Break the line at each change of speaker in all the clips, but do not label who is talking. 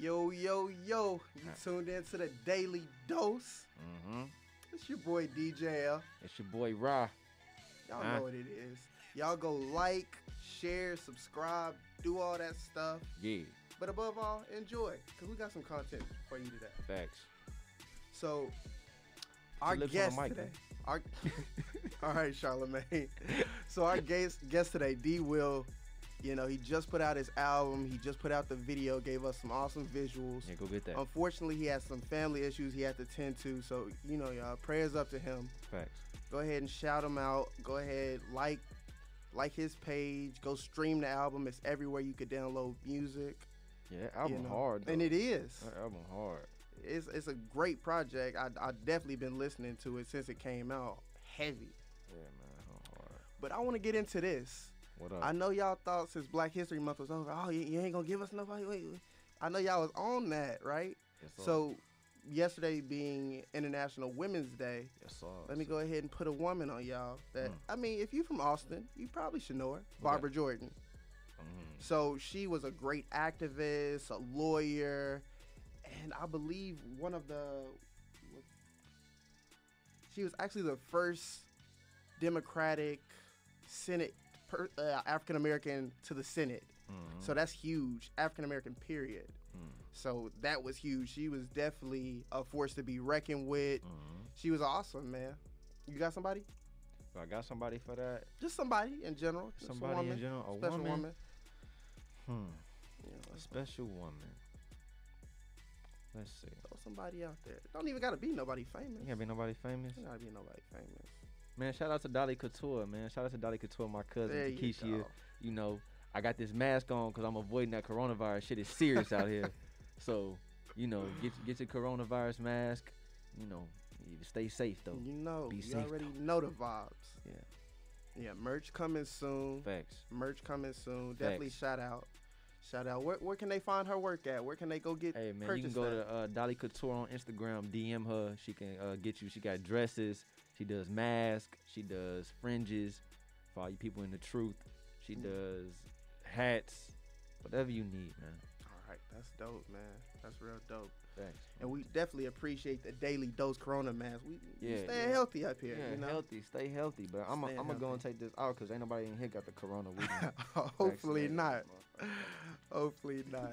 Yo, yo, yo, you tuned in to the Daily Dose.
Mm-hmm.
It's your boy DJL.
It's your boy Ra.
Y'all
Huh?
know what it is. Y'all go like, share, subscribe, do all that stuff.
Yeah,
But above all, enjoy, because we got some content for you today.
facts.
So, our
lips on the
guest
mic,
today.
man.
Our, all right, Charlemagne. So our guest guest today, D Will. You know, he just put out his album. He just put out the video. Gave us some awesome visuals.
Yeah, go get
Oh.
that.
Unfortunately, he had some family issues he had to tend to. So you know, y'all, prayers up to him.
Facts.
Go ahead and shout him out. Go ahead, like like his page. Go stream the album. It's everywhere you could download music.
Yeah, that
you
album
know.
hard. Though. Uh,
and it is.
That album hard.
It's it's a great project. I I definitely been listening to it since it came out. Heavy.
Yeah, man, that album hard.
But I want to get into this.
What up?
I know y'all thought since Black History Month was over, oh, you, you ain't gonna give us nobody. Wait, wait. I know y'all was on that, right?
Yes, sir.
So, yesterday being International Women's Day,
Yes, sir.
let me go ahead and put a woman on y'all. That I mean, if you from Austin, you probably should know her, Barbara Jordan.
Mhm.
So she was a great activist, a lawyer, and I believe one of the. She was actually the first Democratic Senate per, uh, African American to the Senate.
mm-hmm,
So that's huge, African American period. So that was huge. She was definitely a force to be reckoned with. She was awesome, man. You got somebody?
Do mm-hmm. I got somebody for that.
Just somebody in general. Just
Somebody
a
in
woman,
general, a
special
woman?
woman.
Hmm.
You know,
A special woman. Let's see.
throw somebody out there. Don't even gotta be nobody famous.
Ain't gotta be nobody famous.
Don't gotta be nobody famous.
Man, shout out to Dolly Couture, man. Shout out to Dolly Couture, my cousin
There you
Takeshia. You,
go.
know, I got this mask on because I'm avoiding that coronavirus. Shit is serious out here. So, you know, get get your coronavirus mask. You know, you stay safe though.
You know,
Be
you
safe,
already know the vibes.
Yeah.
Yeah, merch coming soon.
Facts.
Merch coming soon. Definitely
Facts.
shout out. Shout out. Where, where can they find her work at? Where can they go get
Hey man, you
purchase
can go
that?
to uh, Dolly Couture on Instagram. DM her. She can uh, get you. She got dresses. She does masks. She does fringes. For all you people in the truth,
Mm.
she does hats. Whatever you need, man.
All right, that's dope, man. That's real dope.
Thanks.
And we definitely appreciate the daily dose corona mask. We, we
Yeah,
staying
yeah.
healthy up here,
Yeah,
you know.
healthy. Stay healthy, but I'm
Stay
gonna go
healthy.
and take this out because ain't nobody in here got the corona with me.
Hopefully
Vaccinated,
not. Hopefully not.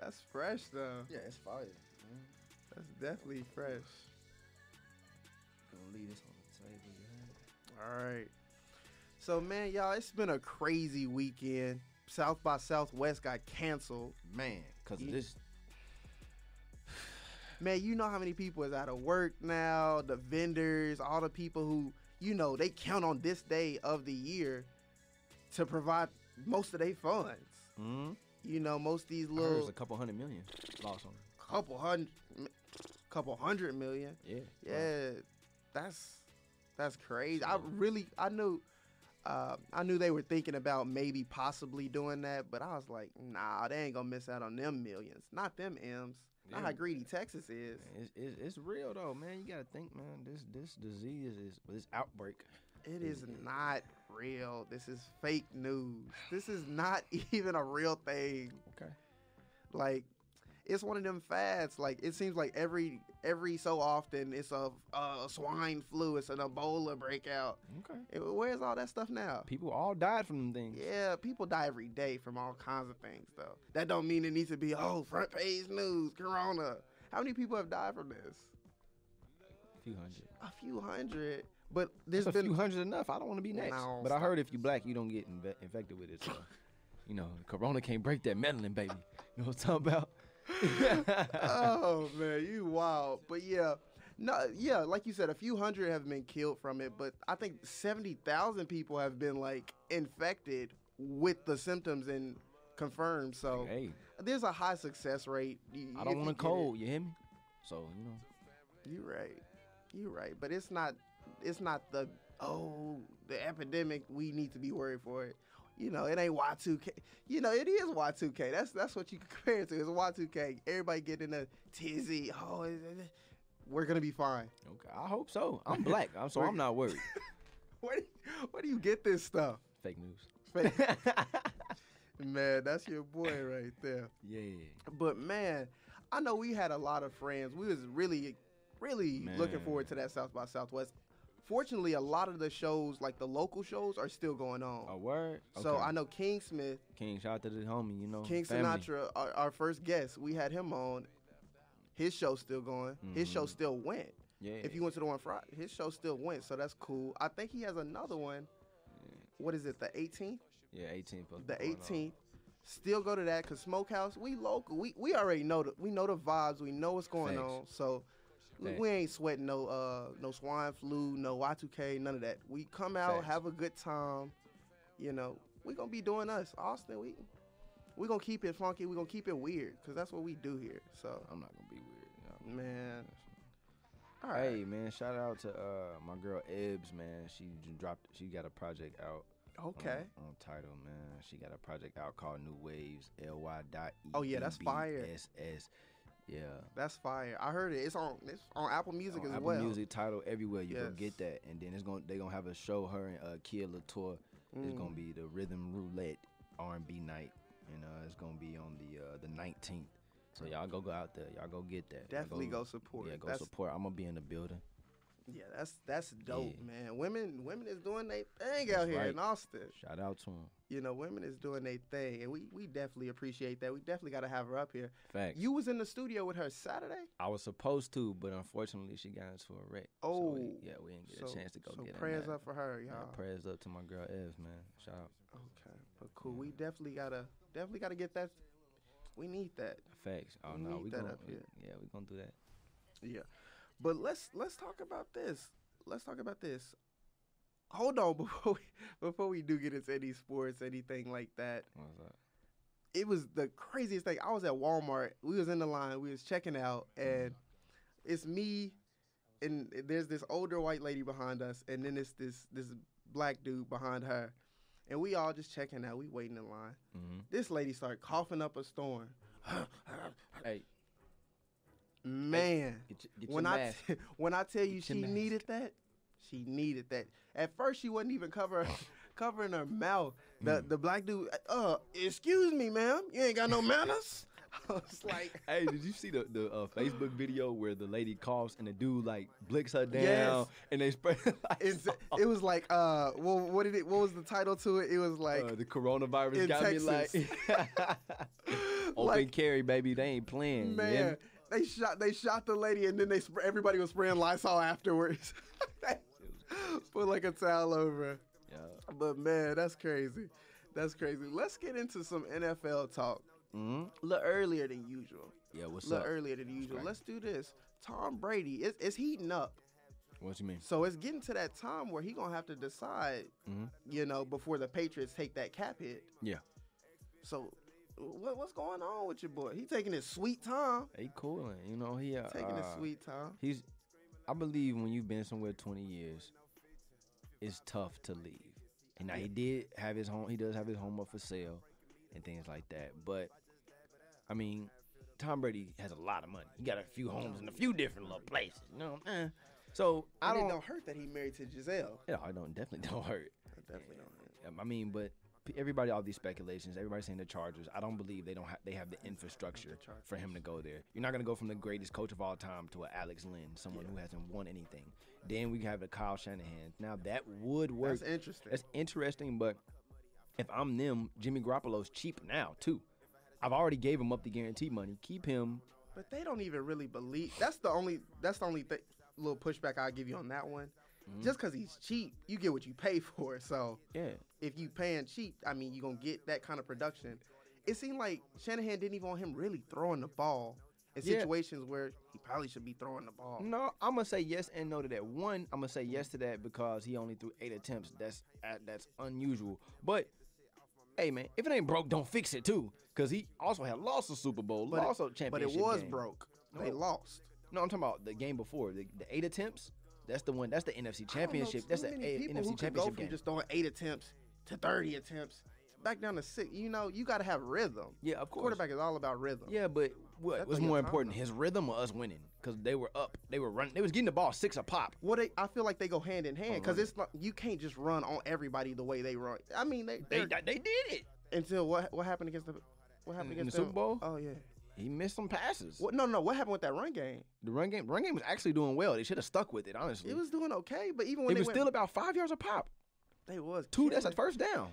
That's fresh though.
yeah, it's fire. Man.
That's definitely fresh.
Gonna leave this on the table.
All right. So man, y'all, it's been a crazy weekend. South by Southwest got canceled.
Man, cause of
Yeah.
this.
Man, you know how many people is out of work now, the vendors, all the people who, you know, they count on this day of the year to provide most of their funds.
Mm,
You know, most of these
I heard it's
little
a couple hundred million lost on. it.
couple hundred couple hundred million.
Yeah.
Yeah, that's that's crazy. I really I knew uh, I knew they were thinking about maybe possibly doing that, but I was like, nah, they ain't gonna miss out on them millions, not them M's. Not how
Yeah.
greedy Texas is.
It's, it's, it's real though, man. You gotta think, man. This this disease is this outbreak.
It is not real. This is fake news. This is not even a real thing.
Okay.
Like it's one of them fads. Like it seems like every every so often it's a, a swine flu, it's an Ebola breakout.
Okay.
Where's all that stuff now?
People all died from them things.
Yeah, people die every day from all kinds of things, though. That don't mean it needs to be oh front page news, Corona. How many people have died from this?
A few hundred.
A few hundred, but there's
It's a
been
few hundred enough. I don't want to be next.
No,
but I heard if you black, you don't get inve- infected with it. So, you know, Corona can't break that meddling, baby. You know what I'm talking about?
oh man, you wild. But yeah, no, yeah, like you said, a few hundred have been killed from it, but I think seventy thousand people have been like infected with the symptoms and confirmed. So
Hey.
there's a high success rate. You-
I
if
don't want
you
a
get it-
cold. You hear me? So you know,
You right. You right. But it's not it's not the oh the epidemic we need to be worried for it. You know, it ain't Y2K. You know, it is Y2K. That's that's what you compare it to. It's Y2K. Everybody getting a tizzy. Oh, is it- we're gonna be fine.
okay. I hope so. I'm black. I'm so I'm not worried.
Where do you, where do you get this stuff?
Fake news.
Fake- man, that's your boy right there.
Yeah.
But man, I know we had a lot of friends. We was really, really looking
Man.
forward to that South by Southwest. Fortunately, a lot of the shows, like the local shows, are still going on.
A word.
So
Oh, Okay.
I know King Smith,
King, shout out to the homie, you know.
King
family.
Sinatra, our, our first guest, we had him on. His show's still going. His show
Mhm.
still went.
Yeah.
If you went to the one Friday, his show still went, so that's cool. I think he has another one. What is it? The 18th,
yeah, 18. supposed to
the
be going on.
18th. Still go to that cause Smokehouse. We local. We we already know the we know the vibes. We know what's going
Facts.
on. So we,
Facts.
we ain't sweating no uh no swine flu, no Y2K, none of that. We come out,
Facts.
have a good time. You know, we gonna be doing us, Austin. We we gonna keep it funky. We gonna keep it weird, cause that's what we do here. So
I'm not gonna be weird. you know.
man, all right.
Hey man, shout out to uh my girl Ebbs, man. She j- dropped she got a project out on-
okay.
on, title, man. She got a project out called New Waves L Y dot E.
Oh, yeah, that's fire.
S S. Yeah.
That's fire. I heard it. It's on it's on Apple Music
On
as
Apple
well.
Music title everywhere you can
Yes.
get that, and then it's gonna they gonna have a show her and uh, Kia Latour. It's
Mm.
gonna be the Rhythm Roulette R and B night, and uh, it's gonna be on the uh, the 19th. So y'all go go out there, y'all go get that. Y'all
Definitely go support.
Yeah, go
that's,
support. I'm gonna be in the building.
Yeah, that's that's dope,
Yeah.
man. Women women is doing their thing out
That's
here
right.
in Austin.
Shout out to him.
You know, women is doing their thing, and we we definitely appreciate that. We definitely got to have her up here.
Facts.
You was in the studio with her Saturday.
I was supposed to, but unfortunately she got into a wreck. so we-
Oh,
yeah, we didn't get
so
a chance to go
so
get in
prayers
that.
up for her,
Yeah,
y'all.
prayers up to my girl Ev, man. Shout out.
okay, but cool. We definitely gotta definitely gotta get that. We need that.
Facts. Oh
We
no,
need
we
that
gonna
up here.
yeah, we gonna do that.
Yeah, but let's let's talk about this. Let's talk about this. Hold on before we, before we do get into any sports, anything like that.
What's up?
It was the craziest thing. I was at Walmart. We was in the line. We was checking out, and it's me, and there's this older white lady behind us, and then it's this this black dude behind her, and we all just checking out. We waiting in line.
hmm
This lady started coughing up a storm.
Hey,
Man.
get your, get
when
your
I
mask.
t- when I tell you
Get
she
your mask.
needed that, she needed that. At first, she wasn't even cover covering her mouth. The
Hmm.
the black dude, uh, excuse me, ma'am, you ain't got no manners. I was like,
Hey, did you see the, the uh, Facebook video where the lady coughs and the dude like blicks her down
Yes.
and they spray like,
it's, it was like, uh, well, what did it? What was the title to it? It was like,
uh, the coronavirus
in
got me
Texas.
like open
like
carry, baby. They ain't playing. you hear
man,
me?
they shot they shot the lady, and then they spr- everybody was spraying Lysol afterwards. Put like a towel over. her.
Yeah.
But man, that's crazy. That's crazy. Let's get into some NFL talk.
Mhm.
A little earlier than usual.
Yeah.
A
What's
little
up?
earlier than usual.
right.
Let's do this. Tom Brady is it's heating up.
What you mean?
So it's getting to that time where he gonna have to decide,
Mhm.
you know, before the Patriots take that cap hit.
Yeah.
So what, what's going on with your boy? He taking his sweet time.
He cooling. You know, he uh,
Taking his
uh,
sweet time.
He's. I believe when you've been somewhere 20 years, it's tough to leave. And now he did have his home. He does have his home up for sale, and things like that. But I mean, Tom Brady has a lot of money. He got a few homes in a few different little places. You know what I'm saying? So I
And it
don't.
don't hurt that he married to Giselle.
Yeah, I don't definitely don't hurt.
That definitely don't hurt.
Um, I mean, but p- everybody, all these speculations, everybody saying the Chargers. I don't believe they don't have they have the infrastructure for him to go there. You're not gonna go from the greatest coach of all time to a Alex Lynn, someone who hasn't won anything. Then we have the Kyle Shanahan. Now that would work.
That's interesting.
That's interesting, but if I'm them, Jimmy Garoppolo's cheap now too. I've already gave him up the guarantee money. Keep him.
But they don't even really believe. That's the only. That's the only th- little pushback I'll give you on that one. Just because he's cheap, you get what you pay for. So
Yeah.
if you paying cheap, I mean, you're gonna get that kind of production. It seemed like Shanahan didn't even want him really throwing the ball in
Yeah.
situations where he probably should be throwing the ball.
No, I'm gonna say yes and no to that. One, I'm gonna say yes to that because he only threw eight attempts. That's uh, that's unusual. But hey, man, if it ain't broke, don't fix it too. Cause he also had lost a Super Bowl,
But it-
lost a
But it
championship.
was
game.
broke. They
No.
lost.
No, I'm talking about the game before the, the eight attempts. That's the one. That's the NFC
I don't know
Championship.
too
That's the
many
A-
people who
NFC
could go
Championship
from
game.
just throwing eight attempts to thirty attempts back down to six. You know, you got to have rhythm.
yeah, of course.
Quarterback is all about rhythm.
Yeah, but what
That's
was
like a
more
timeout.
important, his rhythm or us winning? Cause they were up, they were running, they was getting the ball six a pop.
Well, they, I feel like they go hand in hand because
running.
it's like you can't just run on everybody the way they run. I mean, they
They
they're-
they did it.
Until what? What happened against the? What happened
In- in
against
the Super Bowl?
Oh yeah.
He missed some passes.
What? No, no. What happened with that run game?
The run game, run game was actually doing well. They should have stuck with it, honestly.
It was doing okay, but even when
it
they
was
went,
still about five yards a pop.
they was
Two, that's a
killing.
first down.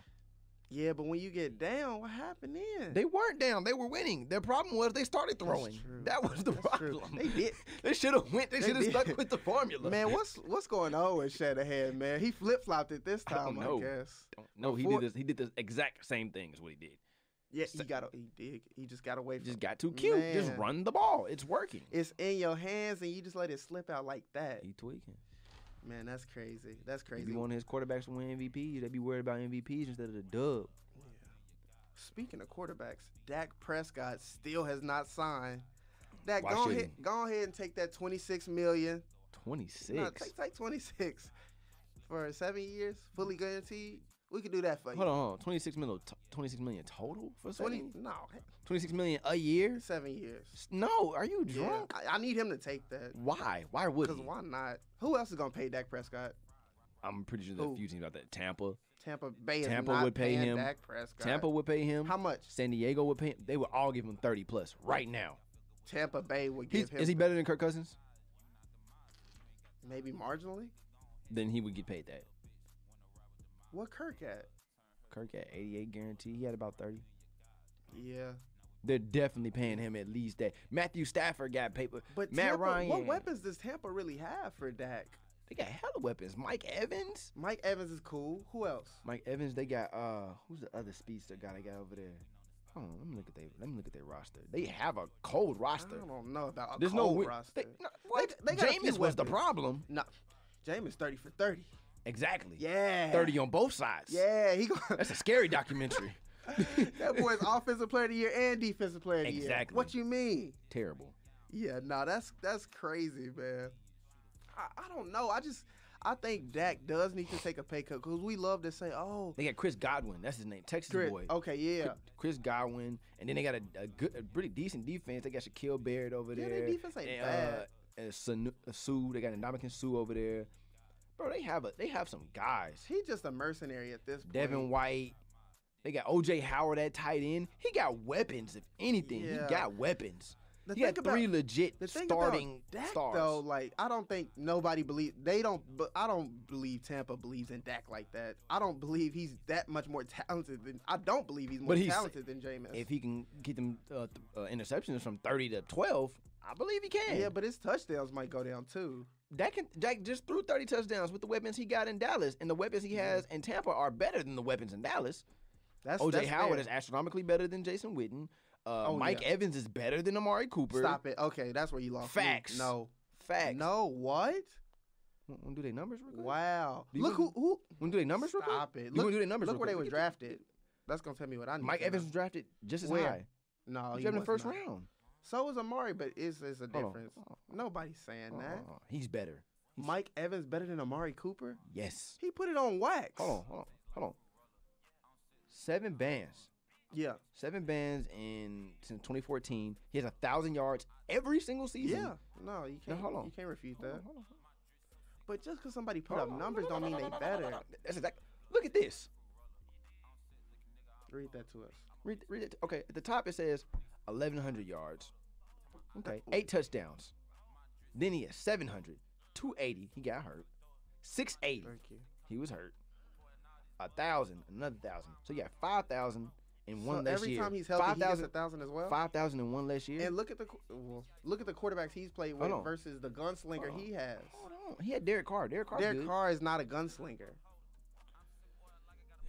Yeah, but when you get down, what happened then?
They weren't down. They were winning. Their problem was they started throwing.
true.
That was the
That's true.
problem.
They did.
They should have went. They,
They
should have
did.
stuck with the formula.
Man, what's what's going on with Shanahan, man? He flip flopped it this
I don't
time, I,
know.
guess.
no, he
before-
did this. He did the exact same thing as what he did.
Yeah, he
So-
got a- he did. He just got away
He
from
just got too cute. Just
Man.
run the ball. It's working.
it's in your hands and you just let it slip out like that.
He tweaking.
Man, that's crazy. That's
If
crazy.
you want his quarterbacks to win MVPs, they be worried about MVPs instead of the dub.
Speaking of quarterbacks, Dak Prescott still has not signed. Dak,
Why
go
should
ahead,
he?
go ahead and take that twenty six million.
Twenty six.
No, take take twenty six for seven years, fully guaranteed. We could do that for
Hold
you.
on, hold on. 26 million, t- 26 million total for
Twenty?
Saban?
No,
26 million a year?
seven years.
S- No, are you
Yeah,
drunk?
I, I need him to take that.
Why? Why would
Because
he?
why not? Who else is gonna pay Dak Prescott?
I'm pretty sure there's a
Who?
few teams out there. Tampa.
Tampa Bay is
Tampa
not
would pay
paying
him.
Dak Prescott.
Tampa would pay him.
How much?
San Diego would pay him. They would all give him 30 plus right now.
Tampa Bay would
He's,
give him
is he better than Kirk Cousins?
maybe marginally.
Then he would get paid that.
What Kirk at?
Kirk at 88 guarantee. He had about 30.
Yeah,
They're definitely paying him at least that. Matthew Stafford got paid.
but
Matt
Tampa,
Ryan.
What weapons does Tampa really have for Dak?
They got hella weapons. Mike Evans.
Mike Evans is cool. Who else?
Mike Evans. They got uh, who's the other speedster guy they got over there? Hold on, let me look at their let me look at their roster. They have a cold roster.
I don't know about a
There's no
cold
win-
roster.
They, no, what?
they got a few
Jameis was the
weapons.
problem.
no, Jameis thirty for thirty.
Exactly.
Yeah,
Thirty on both sides.
Yeah, he going
That's a scary documentary.
that boy's offensive player of the year and defensive player of the
Exactly.
year. What you mean?
Terrible.
Yeah, no, that's that's crazy, man. I, I don't know. I just I think Dak does need to take a pay cut because we love to say, oh,
They got Chris Godwin. That's his name. Texas
Chris,
boy.
okay, yeah,
Chris Godwin, and then they got a, a good, a pretty decent defense. They got Shaquille Barrett over
Yeah,
there.
their defense ain't
and,
bad.
Uh, and Sanu, Sue, they got Ndamukong Sue over there. Bro, they have a they have some guys.
he's just a mercenary at this point.
Devin White. They got OJ Howard at tight end. He got weapons, if anything.
Yeah.
He got weapons.
the
he got three legit
the thing
starting
about Dak,
stars.
though, like I don't think nobody believe they don't. But I don't believe Tampa believes in Dak like that. I don't believe he's that much more talented than. I don't believe he's more
But he's-
talented than Jameis.
If he can get them uh, th- uh, interceptions from thirty to twelve, I believe he can.
yeah, but his touchdowns might go down too.
Dak, can, Dak just threw 30 touchdowns with the weapons he got in Dallas, and the weapons he has in Tampa are better than the weapons in Dallas.
Mm-hmm. That's
OJ
that's
Howard
fair.
is astronomically better than Jason Witten. Uh,
Oh,
Mike
yeah.
Evans is better than Amari Cooper.
Stop it. Okay, that's where you lost. me.
Facts.
No.
Facts.
No. What?
Want to do their numbers real quick?
Wow.
Do you
Look who
want-
who
Want to do their numbers real quick?
Stop it.
You
Look,
wanna do their numbers
look
real
where they were
quick?
drafted. That's gonna tell me what I need.
Mike
to
Evans
know.
was drafted just as
Where?
high.
No,
He was
he
drafted in the
was
first
not.
round.
So was Amari, but it's it's a
Hold on.
difference.
Hold on.
Nobody's saying
Hold on,
that.
hold on. Uh-huh. He's better. He's-
Mike Evans better than Amari Cooper?
Yes.
He put it on wax.
Hold on, hold on, hold on. Seven bands.
Yeah.
seven bands in since 2014. He has a thousand yards every single season.
Yeah. No, you
Now,
can't.
hold on.
You can't refute
Hold
that.
on, hold on,
But just because somebody put
hold
up
on.
numbers
No, no,
don't
no,
mean
no,
they
no, no, no,
better.
no, no. That's exactly. Look at this.
Read that to us.
Read, read it. Okay, at the top it says 1,100 yards. Okay, eight touchdowns. Then he has 700, 280. He got hurt. 680.
Thank you.
He was hurt. A thousand, another thousand. So yeah, five thousand and one
so
less
every
year.
time he's healthy,
five
he gets
thousand,
a thousand as well.
five thousand and one less year.
And look at the qu- well, look at the quarterbacks he's played with
Hold on.
versus the gunslinger
Hold on.
he has.
Hold on, he had Derek Carr. Derek Carr's
Derek
good.
Carr is not a gunslinger.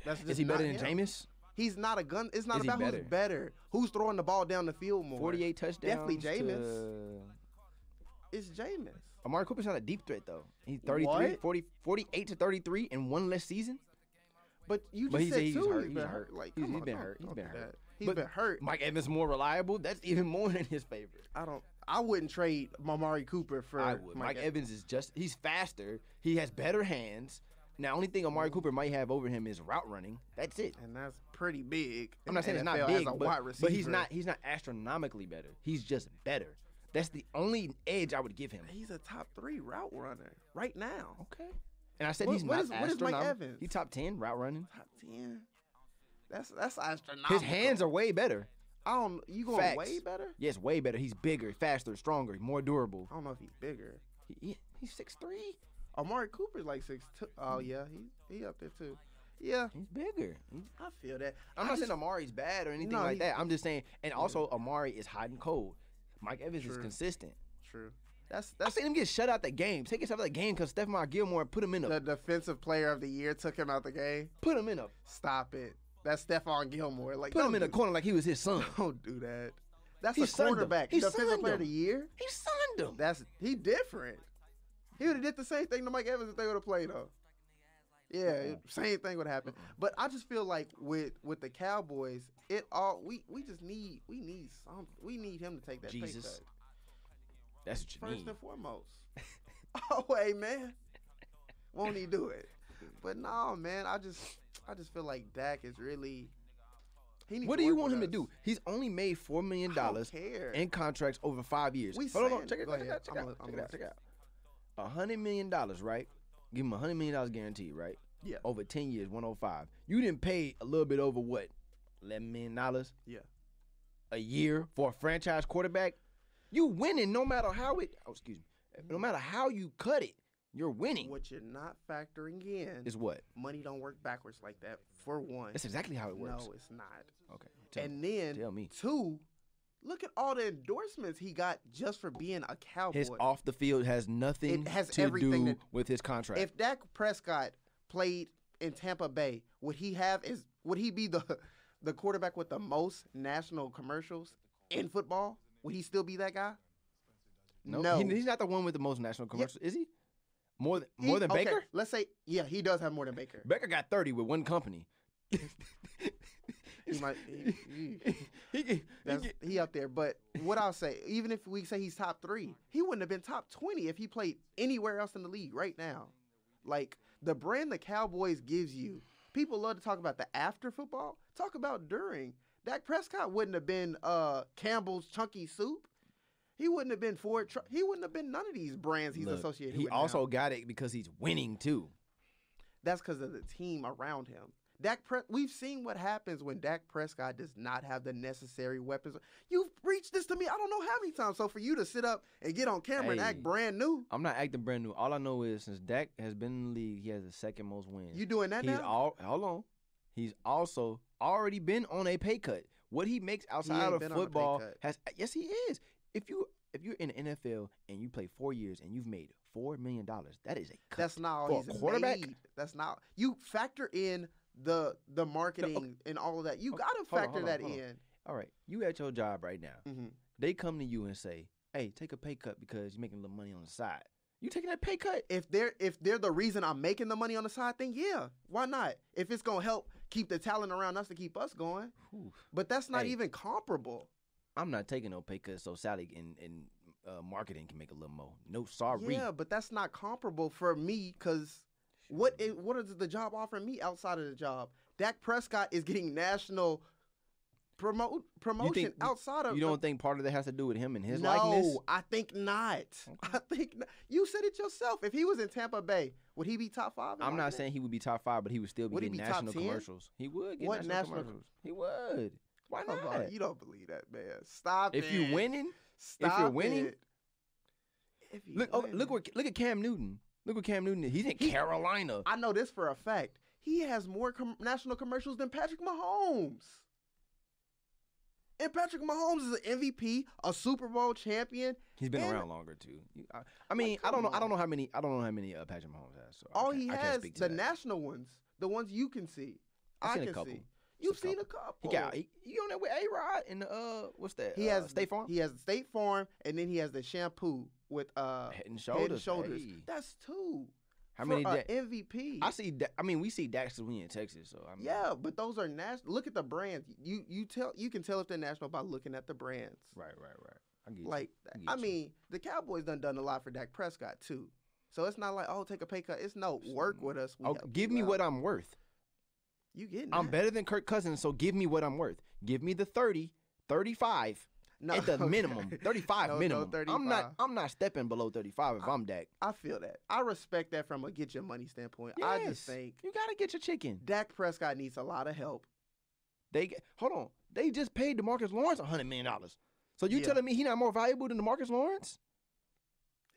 That's
Is
just
he better
not
than
him.
Jameis?
He's not a gun. It's not
Is he
about
better?
who's better. Who's throwing the ball down the field more?
48 touchdowns.
Definitely Jameis.
to-
It's Jameis.
Amari Cooper's not a deep threat, though. He's 33,
What?
40, 48 to 33 in one less season.
But you just
But he's-
said
he's
too.
hurt.
He's
He's
been
hurt.
hurt. Like
He's-
come
he's
on,
been
don't-
hurt. He's
don't
been
do
hurt.
that. He's
But-
been hurt.
Mike Evans more reliable. That's even more in his favor.
I don't. I wouldn't trade Mamari Cooper for
I would. Mike Evans is just, he's faster. He has better hands. Now, only thing Amari Cooper might have over him is route running. That's it.
and that's pretty big.
I'm not
in
saying
the
he's not
NFL
big,
as a
but,
wide
but he's
receiver.
not he's not astronomically better. He's just better. That's the only edge I would give him.
He's a top three route runner right now.
Okay. And I said
What-
he's
what
not
is- what is Mike
astronomical.
Evans?
He top ten route running.
Top ten. That's that's astronomical.
His hands are way better.
I don't. You going
Facts.
way better?
Yes, way better. He's bigger, faster, stronger, more durable.
I don't know if he's bigger.
He- he- he's six three.
Amari Cooper's like six two. Oh yeah, he he up there too. Yeah,
He's bigger.
I feel that.
I'm
I
not
just-
saying Amari's bad or anything
No,
like
he-
that. I'm just saying, and also Amari is hot and cold. Mike Evans is
True.
consistent.
True. That's
I
that's
seen him get shut out the game. Take us out of the game because Stephon Gilmore put him in a
the defensive player of the year took him out the game.
put him in a
Stop it. That's Stephon Gilmore. Like
put
don't
him in a
do-
corner like he was his son.
Don't do that. That's
He
a
sunned him.
quarterback.
He
defensive
sunned
player of
him.
the year.
He signed him.
That's he different. He would have did the same thing to Mike Evans if they would have played though. Yeah,
Uh-uh.
it- same thing would happen. But I just feel like with with the Cowboys, it all we we just need we need some we need him to take that pay
Jesus.
cut,
That's what you
first
need.
and foremost. oh hey man, won't he do it? But no man, I just I just feel like Dak is really. He needs
What
to
do you
work
want him
with
to do?
us.
He's only made four million
I don't
dollars
care.
in contracts over five years.
We
hold on, hold on,
saying-
check it,
go
check it
ahead.
out, check it
I'm
out,
a-
check
I'm
it
a-
out, check it out. A hundred million dollars, right? Give him a hundred million dollars guaranteed, right?
Yeah.
Over ten years, one hundred five. You didn't pay a little bit over what, eleven million dollars
yeah,
a year for a franchise quarterback. You winning no matter how it. Oh, excuse me. No matter how you cut it, you're winning.
what you're not factoring in
Is what?
money don't work backwards like that. For one,
That's exactly how it works.
no, it's not.
Okay. tell me.
and then
tell me.
two, look at all the endorsements he got just for being a cowboy.
His off the field has nothing
It has
to
everything
do
to-
with his contract.
if Dak Prescott played in Tampa Bay, would he have is would he be the the quarterback with the most national commercials in football? Would he still be that guy?
No, he- he's not the one with the most national commercials, is he? More than
He-
more than
okay,
Baker.
Let's say yeah, he does have more than Baker.
Baker got thirty with one company.
He might- he- he-
he, get- he
That's,
get-
he up there, but what I'll say, even if we say he's top three, he wouldn't have been top twenty if he played anywhere else in the league right now. Like the brand the Cowboys gives you, people love to talk about the after football. Talk about during. Dak Prescott wouldn't have been uh, Campbell's chunky soup. He wouldn't have been Ford. Tru- he wouldn't have been none of these brands he's
Look,
associated.
He
with now.
also got it because he's winning too.
That's because of the team around him. Dak Pre- we've seen what happens when Dak Prescott does not have the necessary weapons. You've preached this to me I don't know how many times. So for you to sit up and get on camera and
Hey.
act brand new,
I'm not acting brand new. All I know is since Dak has been in the league, he has the second most wins.
you doing that
he's
now?
all hold on. He's also already been on a pay cut. What he makes outside
ain't
of
been on a pay
football
cut.
has yes, he is. If you if you're in the NFL and you play four years and you've made four million dollars, that is a cut.
That's not all
for a
he's
quarterback?
made. That's not you factor in the the marketing and all of that. You
Okay,
gotta
hold on,
factor
hold on,
that
hold on. Mm-hmm.
in.
All right, you at your job right now.
Mhm.
They come to you and say, "Hey, take a pay cut because you're making a little money on the side." You taking that pay cut?
If they're if they're the reason I'm making the money on the side, then yeah, why not? If it's gonna help keep the talent around us to keep us going,
Whew.
but that's not
Hey.
even comparable.
I'm not taking no pay cut, so Sally and and uh, marketing can make a little more. No, sorry.
Yeah, but that's not comparable for me because what is, what is the job offering me outside of the job? Dak Prescott is getting national promote promotion
think-
outside of
You don't think part of that has to do with him and his
no,
likeness?
I think not. I think not. you said it yourself. If he was in Tampa Bay, would he be top five? in
I'm not
likeness?
saying he would be top five, but he would still be
Would he
getting
be top
national
10?
commercials. He would get
What
national,
national co-
commercials. He would. Why
Come on,
not?
you don't believe that, man. Stop.
If you
it.
winning,
Stop
winning-
it. If you
look oh,
winning.
look where look at Cam Newton. Look what Cam Newton is. He's in Carolina.
I know this for a fact. He has more com- national commercials than Patrick Mahomes. And Patrick Mahomes is an MVP, a Super Bowl champion.
He's been
and-
around longer too. You- I, I mean, I don't know.
come
I don't know
on.
how many. I don't know how many uh, Patrick Mahomes has. So I
All
can't-
he
I can't
has,
speak to
the
that.
national ones, the ones you can see.
I've
I
seen a
can
couple.
see. You've
Seen a
seen a couple.
He got. He, he on that with A Rod and the, uh, what's that?
He
uh,
has
State Farm.
He has State Farm, and then he has the shampoo with uh,
Head and shoulders. hey.
That's two.
How
for uh,
many?
a
Da-
MVP?
I see. Da- I mean, we see Dax when we in Texas. So I mean,
Yeah, but those are national. Look at the brands. You you tell you can tell if they're national by looking at the brands.
Right, right, right. I get you.
Like,
I
I
get you.
mean, the Cowboys done done a lot for Dak Prescott too. So it's not like oh, take a pay cut. It's no work with us. We
Oh,
help
give
you
me
out.
what I'm worth.
you getting.
I'm
that.
better than Kirk Cousins, so give me what I'm worth. Give me the 30, 35
No,
at the
okay.
minimum, 35
No, no,
minimum. I'm not
35.
I'm not stepping below 35 if I, am Dak.
I feel that. I respect that from a get your money standpoint. I
Yes.
just think
you got to get your chicken.
Dak Prescott needs a lot of help.
They g- hold on. They just paid Demarcus Lawrence hundred million dollars. So you
Yeah.
telling me he not more valuable than Demarcus Lawrence?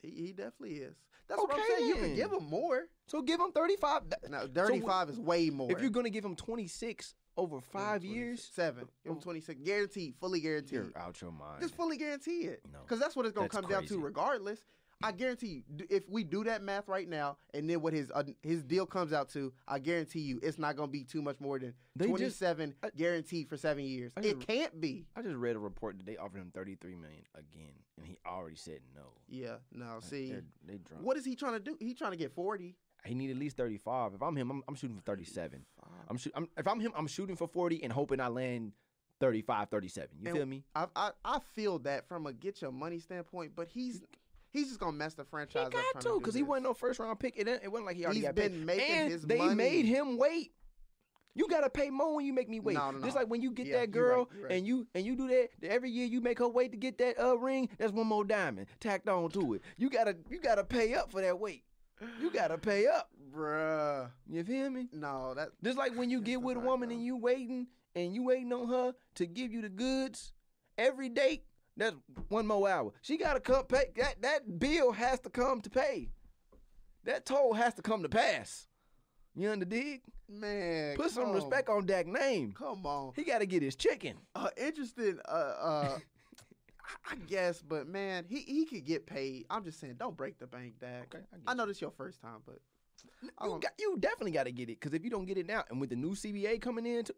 He, he definitely is. That's what I'm
Okay,
saying. You
then.
can give him more.
So give him thirty five.
Now, 35 is way more.
If you're gonna give him twenty six over five years, oh,
seven, give him 26, guaranteed, fully guaranteed.
you're out your mind.
Just fully guarantee it.
No.
Because that's what it's going to
That's
come down
crazy.
to regardless. I guarantee you, d- if we do that math right now, and then what his uh, his deal comes out to, I guarantee you, it's not going to be too much more than
They just-
twenty seven
I-
guaranteed for seven years.
I
it
just-
can't be.
I just read a report that they offered him thirty three million again, and he already said no.
Yeah, no.
Like,
See,
they're- they drunk.
what is he trying to do? He trying to get forty.
He need at least thirty five. If I'm him, I'm, I'm shooting for thirty seven. I'm, shoot, I'm if I'm him, I'm shooting for forty and hoping I land 35, 37. You
And-
feel me?
I, I I feel that from a get your money standpoint, but he's he's just gonna mess the
He
franchise. up
got to because he wasn't no first round pick. It, didn't- it wasn't like he already
He's
got
been
paid.
making
and
his
they
money.
made him wait. You gotta pay more when you make me wait.
No, no,
Just
no.
like when you get
Yeah,
that
you're right,
girl
you're right.
and you and you do that th- every year. You make her wait to get that uh ring. That's one more diamond tacked on to it. You gotta you gotta pay up for that wait. You gotta pay up.
bruh.
You feel me?
No, that
Just like when you
That's
get
the
with a
vibe,
woman
though.
and you waiting and you waiting on her to give you the goods every date. That's one more hour. She gotta come pay that that bill has to come to pay. That toll has to come to pass. You under dig?
man.
Put some
come-
respect on Dak name.
Come on.
He gotta get his chicken.
uh, interesting. Uh, uh, I- I guess, but man, he he could get paid. I'm just saying, don't break the bank, Dak. I Um, know this your first time, but I
You,
don't-
got, you definitely gotta get it, cause if you don't get it now, and with the new CBA coming in, to,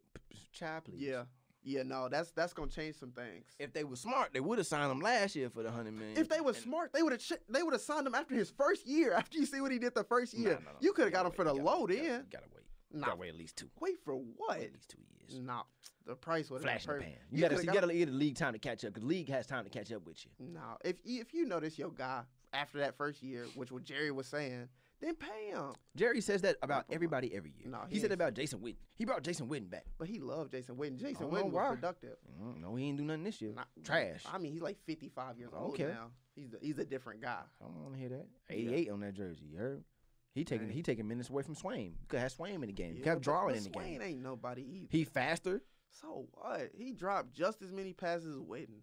child, please.
yeah, yeah, no, that's that's gonna change some things. If,
If they were smart, they would have signed him last year for the hundred million.
they was
And-
smart, they would have ch- they would have signed him after his first year. After you see what he did the first
Nah,
year,
nah, nah,
you could have got
gotta
him for
wait,
the
gotta-
low
gotta-
then.
Gotta wait.
Nah, Mm,
Gotta wait at least two.
wait for what?
Wait at least two years.
Nah, the price would
Flash in the
perfect.
pan. You, gotta,
coulda
you
got
gotta give the league time to catch up because league has time to catch up with you.
No, if you- if you notice your guy after that first year, which what Jerry was saying, then pay him.
Jerry says that about
but-
everybody every year.
Nah,
he,
he
said
ain't-
about Jason Witten. He brought Jason Witten back.
But he loved Jason Witten. Jason
don't know
Witten
why.
was productive.
Mm, no, he ain't do nothing this year.
Not-
Trash. I
I mean, he's like 55 years old
Okay.
now. He's a, he's a different guy.
don't want to hear that. 88 on that jersey. You heard? He taking
Dang.
he taking minutes away from Swain. You could have Swain in the game. You could
Yeah,
have
but-
Drawing
but
in the
Swain
game.
ain't nobody either.
He faster.
so what? He dropped just as many passes as Witten.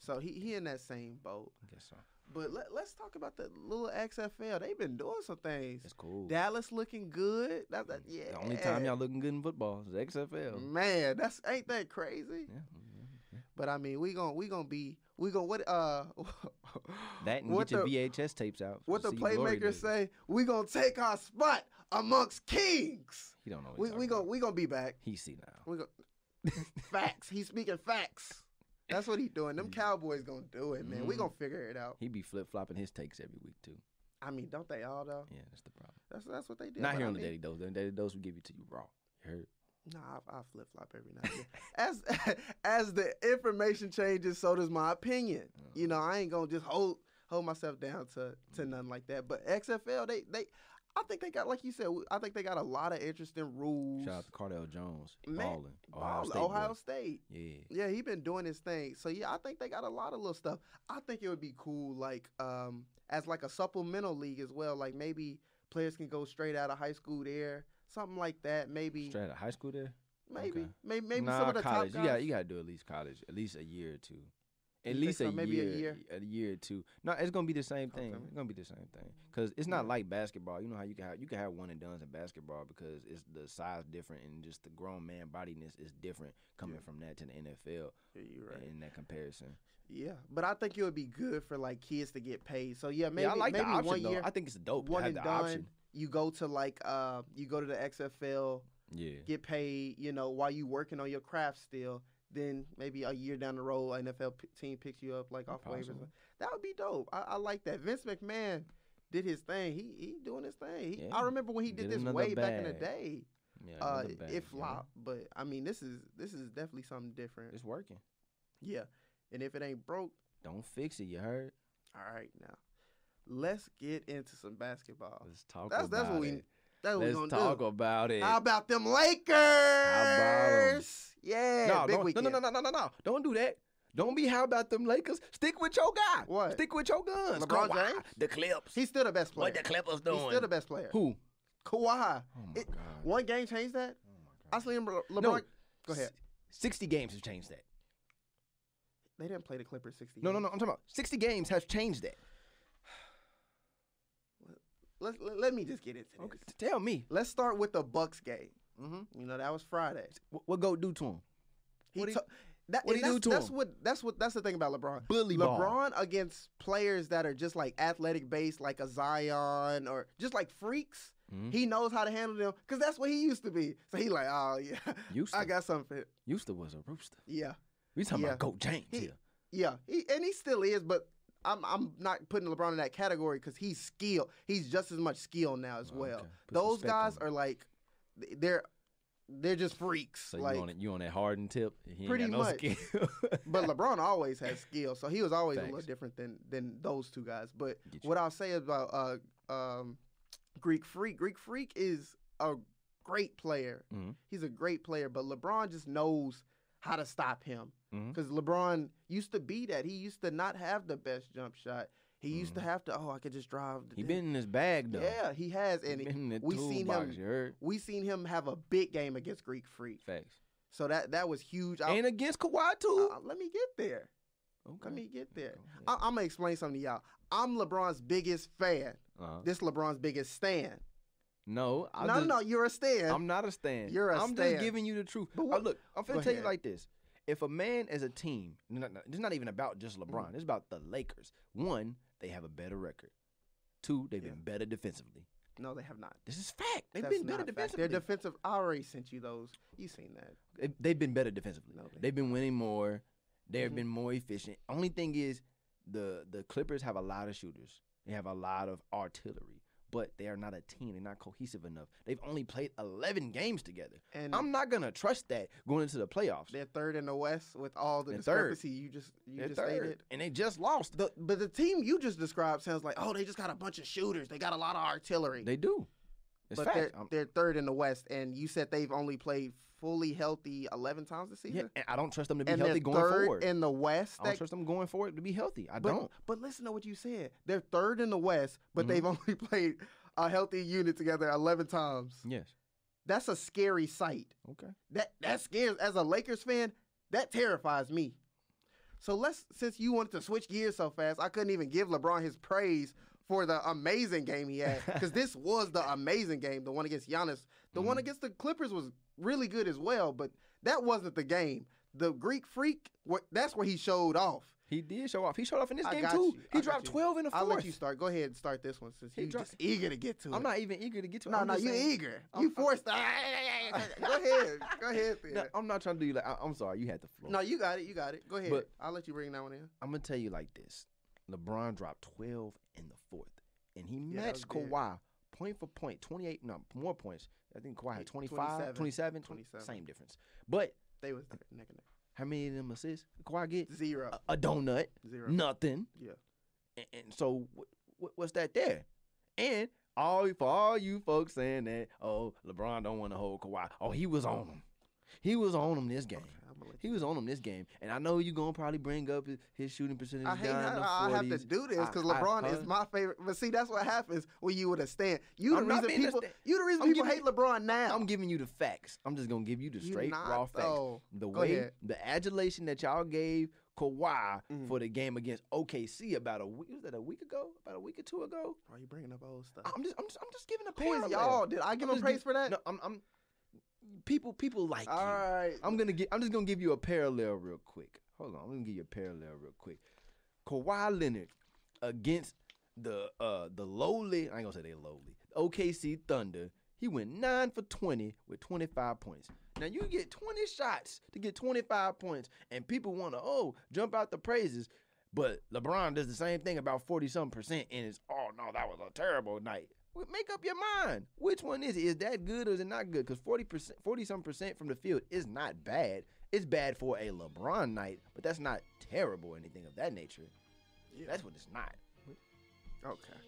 So he, he in that same boat.
I guess so.
But let, let's talk about the little XFL. They've been doing some things.
It's cool.
Dallas looking good. That, that, yeah. Mm.
The only time y'all looking good in football is XFL.
Man, that's ain't that crazy?
Yeah.
But I mean, we gon' we gonna be we gonna what uh
That and
what
get your
the-
VHS tapes out.
what
to
the
see glory
playmakers
days.
say, we gonna take our spot amongst kings.
He don't know. What
We we gonna
go.
we gonna be back.
He see now.
We go facts. He's speaking facts. That's what he's doing. Them Cowboys gonna do it, man. We
Mhm.
gonna figure it out.
Mm. He be flip flopping his takes every week too.
I mean, don't they all though?
Yeah, that's the problem.
That's that's what they do.
Not
but
here
I
on the
mean-
daily dose. The daily dose we give you to you raw. You heard?
Nah, I, I flip flop every night. as as the information changes, so does my opinion.
Mm.
You know, I ain't gonna just hold hold myself down to to nothing like that. But XFL, they they, I think they got like you said. I think they got a lot of interesting rules.
Shout out to Cardell Jones.
Man,
Balling. Ohio
Ball-
State. boy.
Ohio State.
Yeah.
Yeah, he been doing his thing. So yeah, I think they got a lot of little stuff. I think it would be cool, like um, as like a supplemental league as well. Like maybe players can go straight out of high school there, something like that. Maybe,
Straight out of high school there.
maybe,
okay.
maybe, maybe
nah,
some of the
college.
top
You
guys.
got-
You gotta do at least college, at least a year or two.
You
At
think
least
so?
a
Maybe a
year,
year?
a year or two. No, it's gonna be the same thing.
Okay.
It's gonna be the same thing because it's not like basketball. You know how you can have you can have one and done's in basketball because it's the size different and just the grown man bodiness is different coming
Yeah.
from that to the NFL
Yeah, you right.
in that comparison.
Yeah, but I think it would be good for like kids to get paid. So yeah, maybe
yeah, I like
maybe
the option
one
though.
year,
I think it's dope to
one
have
and
the
done.
option.
You go to like uh, you go to the XFL,
Yeah.
get paid. You know, while you working on your craft still. Then maybe a year down the road, an NFL p- team picks you up like off waivers.
Possible.
That would be dope. I, I like that. Vince McMahon did his thing. He he doing his thing. He, I
Yeah.
remember when he did
Get
this
another
way back in the
bag.
day. Uh,
Yeah, another bag, you know?
it flopped, but I mean, this is this is definitely something different.
It's working.
Yeah, and if it ain't broke,
Don't fix it. You heard?
All right, now let's get into some basketball.
Let's talk
Oh, That's
about
that's what we
it.
that's what we
Let's
gonna
talk
do.
about it.
How about them Lakers? How Yeah,
no,
big
don't, no,
weekend.
no, no, no, no, no, no. Don't do that. Don't be how about them Lakers. Stick with your guy.
What?
Stick with your guns.
LeBron
Kawhi,
James?
The Clips.
He's still the best player.
what the Clippers doing?
He's still the best player.
Who?
Kawhi.
Oh my
It-
god. oh
One game changed that. I seen him, Le- LeBron.
No,
Go ahead.
S- 60 games have changed that.
They didn't play the Clippers 60.
No, no, no. I'm talking about 60 games have changed that.
Let, let, let me just get into this.
Okay. Tell me.
Let's start with the Bucks game.
Mm-hmm.
You know that was Friday.
What, what go do to him?
He
What he-
to- that,
what
and
he
that's,
do to
that's
him?
what that's what that's the thing about LeBron.
Bully ball.
LeBron against players that are just like athletic based, like a Zion or just like freaks.
Mhm.
He knows how to handle them because that's what he used to be. So he like, oh yeah,
Used
I
to.
got something.
Houston was a rooster.
Yeah,
We talking
Yeah.
about Goat James
He-
here.
yeah, he, and he still is, but I'm I'm not putting LeBron in that category because he's skilled. He's just as much skill now as
Oh,
well.
okay. Put some
Those
respect
guys
on it.
are like, they're they're just freaks.
So
like,
you on it, you on that Harden tip? He ain't
Pretty
got no
much.
skill.
but LeBron always had skill, so he was always a little
Thanks.
different than than those two guys. But
Get you.
what I'll say about uh, um, Greek Freak, Greek Freak is a great player.
Mhm.
He's a great player, but LeBron just knows how to stop him
Mhm.
because LeBron used to be that. He used to not have the best jump shot. He used to have to. Oh, I could just drive. the
Mm-hmm. he
damn-"
been in his bag though.
Yeah, he has,
He
and
been in the
we seen
toolbox, You
him.
heard?
We seen him have a big game against Greek Freak,
Facts.
so that that was huge. I-
And against Kawhi too.
uh, let me get there.
okay.
Let me get there.
Okay.
I- I'm gonna explain something to y'all. I'm LeBron's biggest fan.
Uh-huh.
This LeBron's biggest stan.
No, I
no,
just,
no, no, you're a stan.
I'm not a stand.
You're a
I'm
stan.
just giving you the truth.
But
But
what-
look, I'm
Go
finna tell you
ahead.
like this. If a man as a team, no, no, it's not even about just LeBron.
Mm.
It's about the Lakers. One, they have a better record. Two, they've
Yeah.
been better defensively.
no, they have not.
This is fact. They've
That's
been better
not fact. They're
defensively.
defensive. I already sent you those. You seen that?
They- eh, They've been better defensively.
No, they-
They've been winning more. They've
Mhm.
been more efficient. Only thing is, the the Clippers have a lot of shooters. They have a lot of artillery, but they are not a team. They're not cohesive enough. They've only played eleven games together.
And
I'm not gonna trust that going into the playoffs.
they're third in the West with all the
They're third.
discrepancy you just you
They're
just
third,
stated.
and they just lost.
The, but the team you just described sounds like oh they just got a bunch of shooters. They got a lot of artillery.
They do. It's
but
fact.
they're
I'm-
they're third in the West, and you said they've only played fully healthy 11 times this season.
yeah, and I don't trust them to be
and
healthy
they're
going
third
forward.
in the West.
I don't
That
trust them going forward to be healthy. I
But,
don't. Mm-hmm.
But listen to what you said. They're third in the West, but they've only played a healthy unit together eleven times.
Yes.
That's a scary sight.
Okay.
That that scares as a Lakers fan. That terrifies me. So let's since you wanted to switch gears so fast, I couldn't even give LeBron his praise for the amazing game he had because this was the amazing game, the one against Giannis. The one
Mm-hmm.
against the Clippers was really good as well, but that wasn't the game. The Greek Freak, wha- that's where he showed off.
He did show off. He showed off in this
I
game
got
too.
you. I
He
got
dropped
you.
twelve in the 4th
I'll let you start. Go ahead and start this one since
He
you're
dro-
just eager to get to it.
I'm not even eager to get to it.
No,
I'm
no,
just
you're
saying-
eager.
I'm-
you
I'm-
forced. to- go ahead. Go ahead. Then.
No, I'm not trying to do you like. I, am sorry, you had the floor.
No, you got it. You got it. Go ahead.
But-
I'll let you bring that one in.
I'm gonna tell you like this: LeBron dropped 12 in the fourth, and he
Yeah, that
matched
was big.
Kawhi point for point, 28, no more points. I think Kawhi had 25,
27,
27,
27.
same difference. But
They was there, neck and neck.
how many of them assists did Kawhi get?
Zero.
A, a donut,
Zero.
nothing.
Yeah.
And, and so what, what, what's that there? And all for all you folks saying that, oh, LeBron don't want to hold Kawhi. Oh, he was on him. He was on him this game.
I'm gonna let
He was on him this game, and I know you gonna probably bring up his, his shooting percentage.
I hate
down in
how
the
I have to
40s.
do this
I-
because
I-
LeBron
huh?
is my favorite. But see, that's what happens when you would a stand. You the
I'm not
reason
being a
people.
stan-
You the reason
I'm
people hate
giving-
LeBron now.
I'm giving you the facts. I'm just gonna give you the
You
straight
not,
raw facts.
though.
The
Go
way
ahead.
the adulation that y'all gave Kawhi
Mm.
for the game against OKC about a week was that a week ago? About a week or two ago?
Why are you bringing up old stuff?
I'm just I'm just, I'm just giving a
Uh, Who is
parallel.
y'all? Did I give
I'm
him
just
praise
gi-
for that?
No, I'm I'm people people like
All
you.
right.
I'm gonna get. I'm just gonna give you a parallel real quick. Hold on. I'm gonna give you a parallel real quick. Kawhi Leonard against the uh the lowly. I ain't gonna say they lowly. OKC Thunder. He went nine for twenty with twenty five points. Now you get twenty shots to get twenty five points, and people wanna oh jump out the praises. But LeBron does the same thing about forty some percent, and it's oh no, that was a terrible night. Well, Make up your mind. Which one is it? Is that good or is it not good? Because forty percent, forty some percent from the field is not bad. It's bad for a LeBron night, but that's not terrible or anything of that nature.
Yeah.
That's what it's not.
Okay.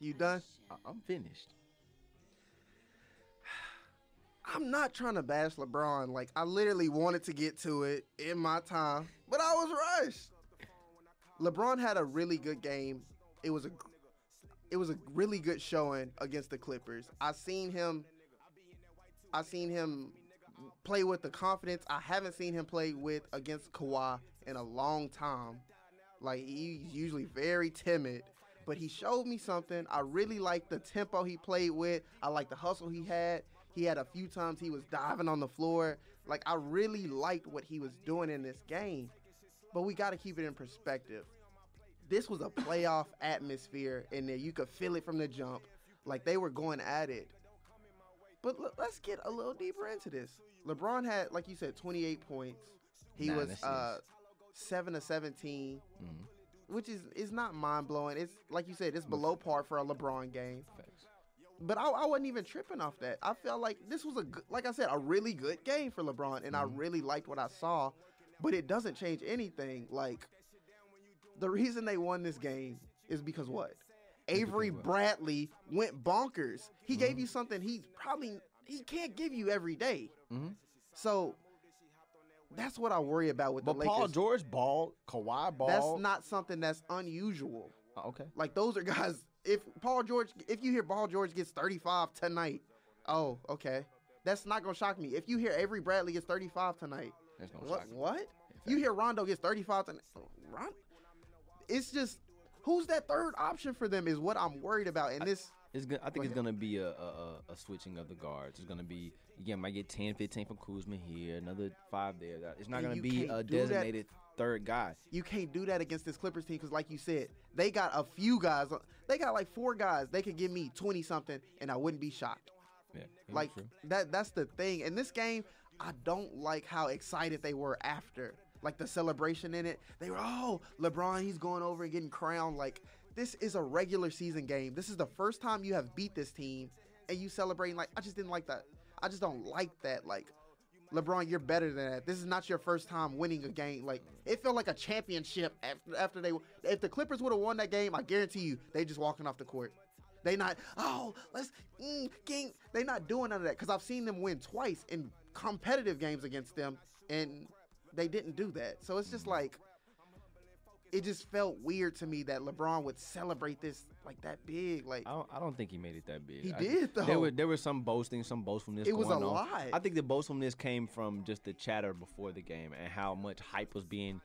You done?
I- I'm finished.
I'm not trying to bash LeBron. Like I literally wanted to get to it in my time, but I was rushed. LeBron had a really good game. It was a it was a really good showing against the Clippers. I seen him I seen him play with the confidence I haven't seen him play with against Kawhi in a long time. Like he's usually very timid, but he showed me something. I really like the tempo he played with. I like the hustle he had. He had a few times he was diving on the floor. Like I really liked what he was doing in this game. But we got to keep it in perspective. This was a playoff atmosphere in there. You could feel it from the jump. Like they were going at it. But l- let's get a little deeper into this. LeBron had, like you said, 28 points. He
Nah,
was
that's
uh, seven to 17,
Mhm.
which is is not mind blowing. It's like you said, it's below par for a LeBron game. But I, I wasn't even tripping off that. I felt like this was a good, like I said, a really good game for LeBron, and I really liked what I saw. But it doesn't change anything. Like the reason they won this game is because what? Avery
what?
Bradley went bonkers. He gave you something he probably he can't give you every day.
Mhm.
So that's what I worry about with
But
the
Paul
Lakers.
George ball, Kawhi ball.
that's not something that's unusual.
Oh, okay.
Like those are guys. If Paul George, if you hear Paul George gets 35 tonight, oh okay, that's not gonna shock me. If you hear Avery Bradley gets 35 tonight,
That's no
what?
shock.
What? You hear Rondo gets 35 tonight? Ron? It's just who's that third option for them is what I'm worried about. And this,
It's gonna, I think it's
ahead.
gonna be a, a a- a switching of the guards. It's gonna be again might get 10, 15 from Kuzma here, another five there. That- It's not
And
gonna
you
be
can't
a
do that.
designated third guy.
you can't do that against this Clippers team because, like you said, they got a few guys. They got like four guys. They could give me 20 something, and I wouldn't be shocked.
Yeah, yeah,
Like
true.
that that's the thing. In this game, I don't like how excited they were after. Like the celebration in it. They were, oh, LeBron, he's going over and getting crowned. Like, this is a regular season game. This is the first time you have beat this team and you celebrating like I just didn't like that. I just don't like that. Like, LeBron, you're better than that. This is not your first time winning a game. Like, it felt like a championship after after they if the Clippers would have won that game, I guarantee you, they just walking off the court. They not oh let's mm, king. They not doing none of that because I've seen them win twice in competitive games against them, and they didn't do that. So it's just like it just felt weird to me that LeBron would celebrate this like that big. Like
I don't, I don't think he made it that big.
He
I-
did, though.
There were there was some boasting, some boastfulness.
It was
going
a
on.
lot.
I think the boastfulness came from just the chatter before the game and how much hype was being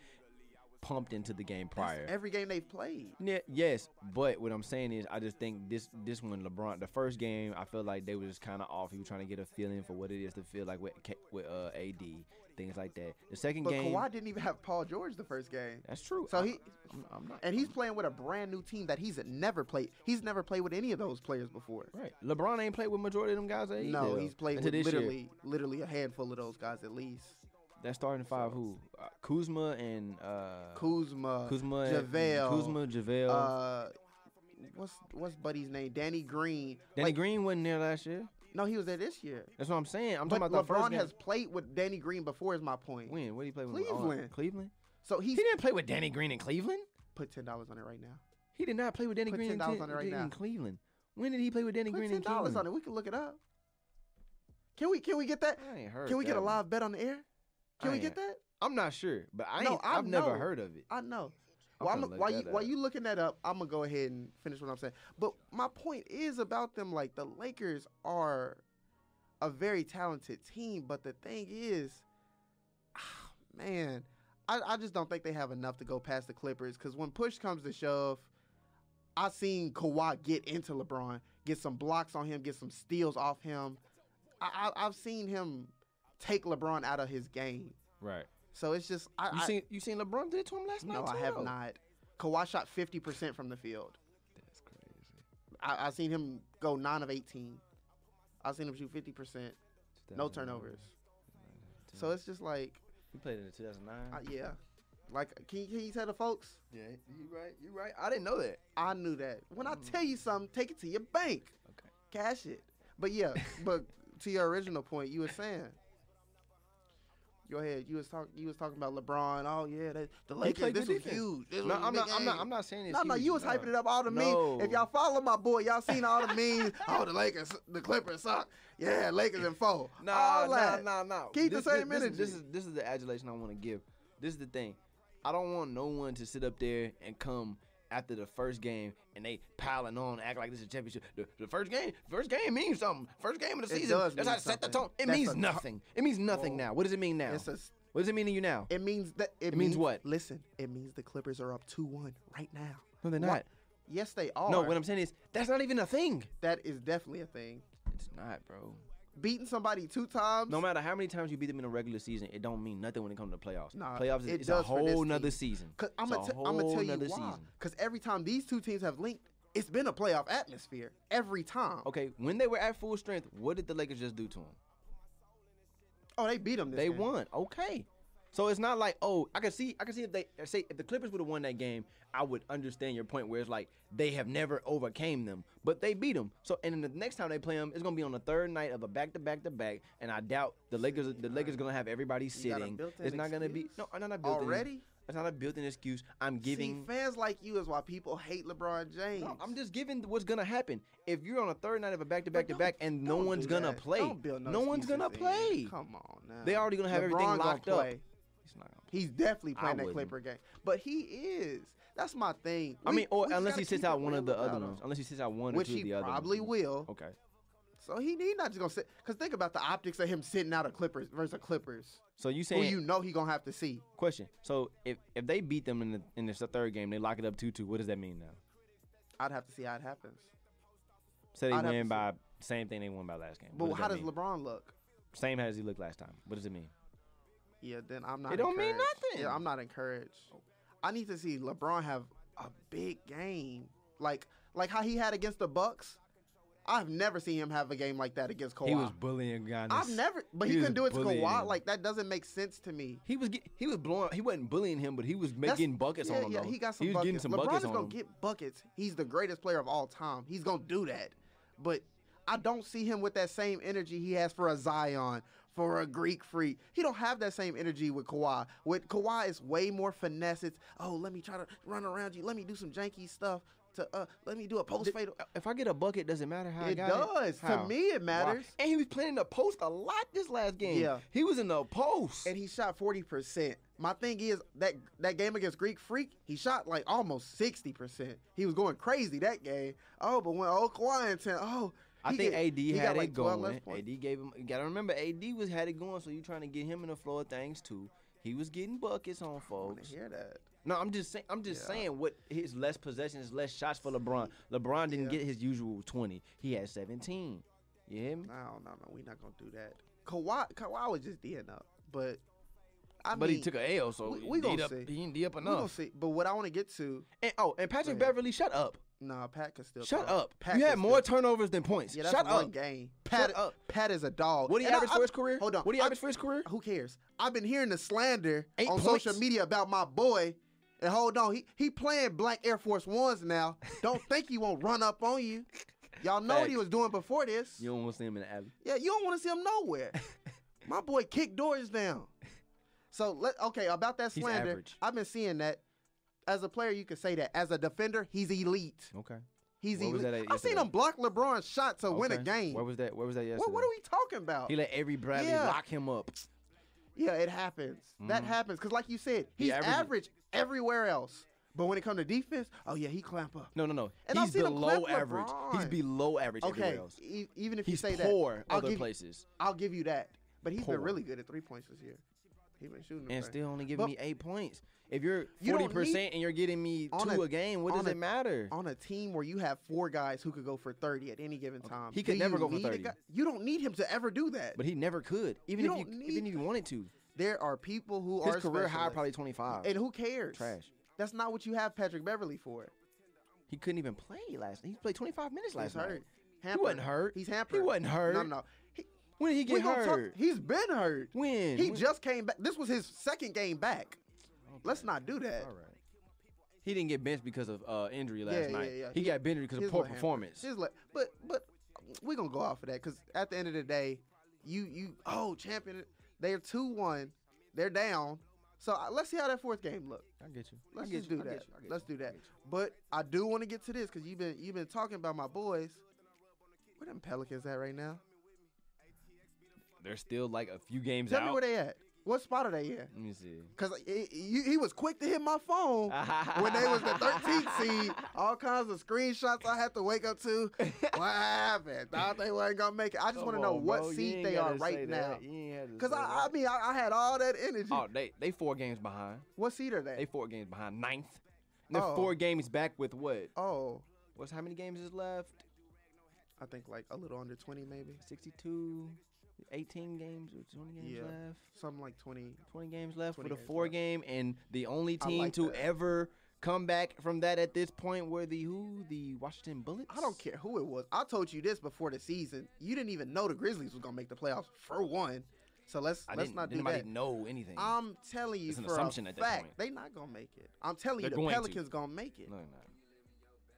pumped into the game prior.
every game they've played,
Yeah, yes, but what I'm saying is, I just think this this one, LeBron, the first game, I felt like they were just kind of off. He was trying to get a feeling for what it is to feel like with K- with uh, AD, things like that. The second
but
game,
Kawhi didn't even have Paul George the first game.
that's true.
So
I-
he-
I'm, I'm not
And he's playing with a brand new team that he's never played. He's never played with any of those players before.
right. LeBron ain't played with majority of them guys. Either,
No, he's played
until
with
this year.
literally, literally a handful of those guys at least.
That starting five, who uh, Kuzma and uh,
Kuzma,
Kuzma, and-
JaVale,
Kuzma, Javale.
uh, what's what's Buddy's name? Danny Green.
Danny
Like,
Green wasn't there last year.
No, he was there this year.
That's what I'm saying. I'm
but
talking about the first
LeBron
game.
has played with Danny Green before. Is my point.
when? What did he play with? Oh,
Cleveland.
Cleveland.
So
He
he's
didn't play with Danny Green in Cleveland.
put ten dollars on it right now.
He did not play with Danny
Put
Green in,
$10
Cle-
on it right
in
now.
Cleveland. When did he play with Danny
Put
Green
ten
in
dollars on
Cleveland?
it. We can look it up. Can we? Can we get that?
I ain't heard.
Can we get
that
a
one.
live bet on the air? Can
I
we get
ain't-
that?
I'm not sure, but I
No,
ain't,
I
I've never
know.
heard of it.
I know.
I'm
Well,
finna
I'm,
look
while you
that
while
up.
you looking that up, I'm gonna go ahead and finish what I'm saying. But my point is about them. Like the Lakers are a very talented team, but the thing is, ah, man, I, I just don't think they have enough to go past the Clippers. Because when push comes to shove, I seen Kawhi get into LeBron, get some blocks on him, get some steals off him. I, I, I've seen him take LeBron out of his game.
Right.
So it's just I,
You
I-
seen you seen LeBron did it to him last night?
no, I
too,
have
though.
not. Kawhi shot 50% from the field.
That's crazy.
I, I seen him go 9 of 18. I seen him shoot 50%, no turnovers. So it's just like,
he played in 2009.
uh, yeah. Like, can you, can you tell the folks?
Yeah, you right. You right. I didn't know that.
I knew that. When I tell you something, take it to your bank.
Okay.
Cash it. But yeah, but to your original point, you were saying. Go ahead. You was talking. You was talking about LeBron. Oh yeah, that, the Lakers.
played
This
good
was
defense.
huge. This
no,
was a
I'm
big
not. I'm not.
game.
I'm not saying it's
No, no,
huge,
you was
no.
hyping it up all the
No.
memes. If y'all follow my boy, y'all seen all the memes. oh, the Lakers, the Clippers suck. Yeah, Lakers in four.
Nah,
all
nah,
that.
nah, nah.
Keep the
This-
same
this,
energy.
This, is this is the adulation I want to give. This is the thing. I don't want no one to sit up there and come after the first game and they piling on, act like this is a championship. The, the first game, first game means something. First game of the
It
season.
does
That's
mean
how to set the
something.
tone. It
That's
means
a-
nothing. It means nothing
Well,
now. What does it mean now?
It's a,
what does it mean to you now?
it means that it,
means what?
Listen, it means the Clippers are up two one right now.
no, they're
Wha-
not.
Yes, they are.
No, what I'm saying is that's not even a thing.
That is definitely a thing.
It's not, bro.
Beating somebody two times.
No matter how many times you beat them in the regular season, it don't mean nothing when it comes to the playoffs.
Nah,
playoffs is
it
it's a
does for this
whole nother
team.
season.
Cause I'm
It's
gonna
a
t- I'm gonna
whole
tell you
nother
why.
season.
Cause every time these two teams have linked, it's been a playoff atmosphere every time.
Okay, when they were at full strength, what did the Lakers just do to them?
Oh, they beat them. This
They
game.
won. Okay. So it's not like oh I can see I can see if they say if the Clippers would have won that game I would understand your point where it's like they have never overcame them but they beat them so and then the next time they play them it's gonna be on the third night of a back to back to back and I doubt the Lakers the Lakers gonna have everybody
You got a
sitting
built-in
it's not gonna be
excuse
no I'm not built
already.
it's not a built in excuse I'm giving
See, fans like you is why people hate LeBron James.
No, I'm just giving what's gonna happen. If you're on a third night of a back to back
But
to back
don't-
and no
don't
one's
do
gonna
that.
play,
Don't build
no,
no,
one's gonna
excuses in.
play.
Come on now.
They already gonna have everything
LeBron gonna
locked up.
play.
He's not gonna play.
He's definitely
I
playing that
wouldn't.
Clipper game, but he is. That's my thing.
I
We-
mean, or
we just
unless
gotta
he sits
keep it
out one of the
real about
other
him.
ones. Unless he sits out one
which
or two
he
of the other. ones. Oh.
probably will.
Okay.
So he he not just gonna sit. Cause think about the optics of him sitting out of Clippers versus the Clippers,
So you
who
saying
you know he gonna have to see.
question? So if if they beat them in the in this third game, they lock it up two two. What does that mean now?
I'd have to see how it happens.
So they
I'd have
win
to
by same thing they won by last game.
But
What
how
that
does
mean?
LeBron look?
same as he looked last time? What does it mean?
Yeah, then I'm not.
It don't mean
encouraged.
nothing.
Yeah, I'm not encouraged. I need to see LeBron have a big game, like like how he had against the Bucks. I've never seen him have a game like that against Kawhi.
He was bullying guys.
Oh, I've never, but he,
he was
couldn't do it to
bullying
Kawhi.
him.
Like that doesn't make sense to me.
He was get, he was blowing. He wasn't bullying him, but he was
That's-
making buckets
yeah,
on him.
Yeah,
though.
he got some
he was
buckets.
getting some
LeBron
buckets
is
on
gonna
him.
get buckets. He's the greatest player of all time. He's gonna do that. But I don't see him with that same energy he has for a Zion, for a Greek freak. He don't have that same energy with Kawhi. With Kawhi, it's way more finesse. It's oh, let me try to run around you. Let me do some janky stuff. To uh, let me do a post fade.
If I get a bucket, does it matter how I
It
got
does.
it?
To
How?
me, it matters.
Why? And he was playing the post a lot this last game.
Yeah.
he was in the post.
and he shot 40%. My thing is that that game against Greek Freak, he shot like almost 60%. He was going crazy that game. Oh, but when oh Kawhi and 10, oh,
I
he
think
get-
AD
he
had
got like
it
12
going.
less points.
AD gave him. You gotta remember, AD was had it going. So you trying to get him in the flow of things too. He was getting buckets on
I wanna
folks.
hear that.
No, I'm just saying. I'm just
Yeah.
saying what his less possessions, less shots for LeBron. LeBron didn't
Yeah.
get his usual 20. He had 17. You hear me?
No, no, no, we're not gonna do that. Kawhi, Kawhi was just D'ing up, but I
but
mean,
he took a L, so
we-
he
we gonna
D'd up,
see.
He ain't D up
we gonna
enough.
see. But what I want to get to,
And, oh, and Patrick
Go ahead.
Beverly, shut up.
nah, Pat could still
Shut
throw.
up.
Pat
you
could
had more
still-
turnovers than points.
yeah, that's
shut
one
up.
game. Pat,
Shut up.
Pat is a dog.
What do you
And I-
average
I-
for his career?
Hold on,
What do you
I-
average for his career?
who cares? I've been hearing the slander
Eight
on
points.
social media about my boy. And hold on, he he playing black Air Force Ones now. Don't think he won't run up on you. Y'all know what he
Facts.
was doing before this.
You don't want to see him in the alley.
Yeah, you don't want to see him nowhere. my boy kicked doors down. So let okay about that
He's
slander.
average.
I've been seeing that. As a player, you can say that. As a defender, he's elite.
Okay.
He's
Where was that at
elite. I've seen
yesterday?
him block LeBron's shot to win a
Okay.
game.
Where was that? Where was that yesterday?
What, what are we talking about?
He let every Bradley
Yeah.
lock him up.
Yeah, it happens. That
Mhm.
happens because, like you said,
He
he's
averages-
average everywhere else. But when it comes to defense, oh yeah, he clamp up.
No, no, no.
And I've
He's
seen him
below
clip
average. He's
LeBron.
below average
Okay,
everywhere else.
e- even if
He's
you say
poor
that, I'll
other
give
places.
You, I'll give you that. But he's
Poor.
been really good at three points this year. He's been shooting. the
and
thing.
still only giving
But-
me eight points. If you're
You don't
forty
need-
percent and you're getting me
On a-
two a, game, what
on
does
a-
it matter?
on a team where you have four guys who could go for thirty at any given time,
He could
do
never
you
go for
need a
30.
guy- you don't need him to ever do that.
But he never could, even
You
if you
don't
even
need
if you wanted to.
there are people who
His
are
career high
specialists.
probably twenty five.
and who cares?
Trash.
That's not what you have Patrick Beverly for.
He couldn't even play last. He played twenty five minutes
He's
last night.
hurt. Hampered.
wasn't hurt.
He's
He
hampered.
wasn't hurt.
No, no. no. He,
When did he
we
get
gonna talk-
hurt?
he's been hurt.
when
He
When-
just came back. This was his second game back. Let's not do that.
All right. He didn't get benched because of uh, injury last
Yeah, yeah,
night.
yeah.
He, got benched because
His
of poor
little hamper.
performance.
His li- but but we're gonna go off of that because at the end of the day, you you oh champion, they're two one, they're down. So uh, let's see how that fourth game look.
I get you.
Let's
I get
just
you.
do
I get
that.
you. I get
Let's
you.
do that. But I do want to get to this because you've been you've been talking about my boys. Where them Pelicans at right now?
They're still like a few games
Tell
out.
me where they at. What spot are they in?
Let me see.
Cause he, he, he was quick to hit my phone when they was the 13th seed. All kinds of screenshots I had to wake up to. What happened? Thought they weren't gonna make it. I just
Come
want to know
on,
what
bro. You
seed
ain't
they
gotta
are
say
right now.
that. You ain't had to
Cause
say
I, I
that.
mean, I, I had all that energy.
Oh, they they four games behind.
What seed are they?
They four games behind ninth. And they're
Oh.
four games back with what?
oh,
What's how many games is left?
I think like a little under 20, maybe
62, 18 games or 20 games
Yeah.
left.
something like 20.
20 games left
20
with a
games
four
left.
game and the only
I
team
like
to
that.
ever come back from that at this point were the who? The Washington Bullets?
I don't care who it was. I told you this before the season. You didn't even know the Grizzlies was gonna make the playoffs for one. So let's
I
let's
didn't,
not do
anybody
that. Um,
know anything.
I'm telling you
It's an
for
assumption
a
at that
fact,
point.
they not gonna make it. I'm telling
They're
you,
going
the
to.
Pelicans gonna make it.
no, no.